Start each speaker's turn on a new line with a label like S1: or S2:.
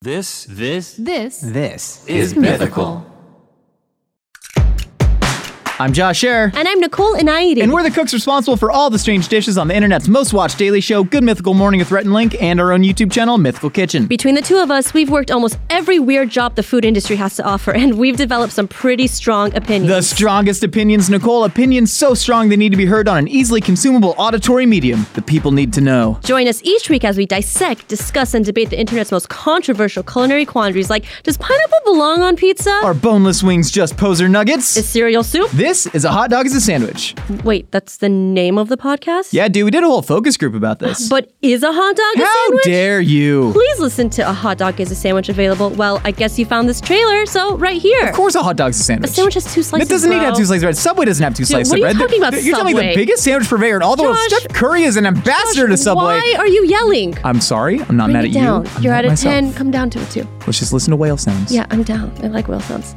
S1: This, this
S2: This
S3: This.
S1: is mythical.
S3: I'm Josh Scherer.
S2: and I'm Nicole Inaidi.
S3: And we're the cooks responsible for all the strange dishes on the internet's most watched daily show, Good Mythical Morning with Rhett and Link, and our own YouTube channel, Mythical Kitchen.
S2: Between the two of us, we've worked almost every weird job the food industry has to offer, and we've developed some pretty strong opinions.
S3: The strongest opinions, Nicole. Opinions so strong they need to be heard on an easily consumable auditory medium. The people need to know.
S2: Join us each week as we dissect, discuss, and debate the internet's most controversial culinary quandaries like does pineapple belong on pizza?
S3: Are boneless wings just poser nuggets?
S2: is cereal soup?
S3: this is a hot dog as a sandwich.
S2: Wait, that's the name of the podcast?
S3: Yeah, dude, we did a whole focus group about this.
S2: But is a hot dog a
S3: How
S2: sandwich?
S3: dare you?
S2: Please listen to A Hot Dog is a Sandwich available. Well, I guess you found this trailer, so right here.
S3: Of course, a hot dog's a sandwich.
S2: A sandwich has two slices,
S3: It doesn't need to have
S2: bro.
S3: two slices of bread. Subway doesn't have two slices
S2: what
S3: of
S2: are you
S3: bread.
S2: talking about,
S3: You're telling me the
S2: Subway?
S3: biggest sandwich purveyor in all the world.
S2: Josh-
S3: Steph Curry is an ambassador to Subway.
S2: Why are you yelling?
S3: I'm sorry. I'm not
S2: Bring
S3: mad
S2: it
S3: at
S2: down.
S3: you. I'm
S2: You're
S3: mad
S2: at a
S3: myself.
S2: 10. Come down to a 2.
S3: Let's just listen to whale sounds.
S2: Yeah, I'm down. I like whale sounds.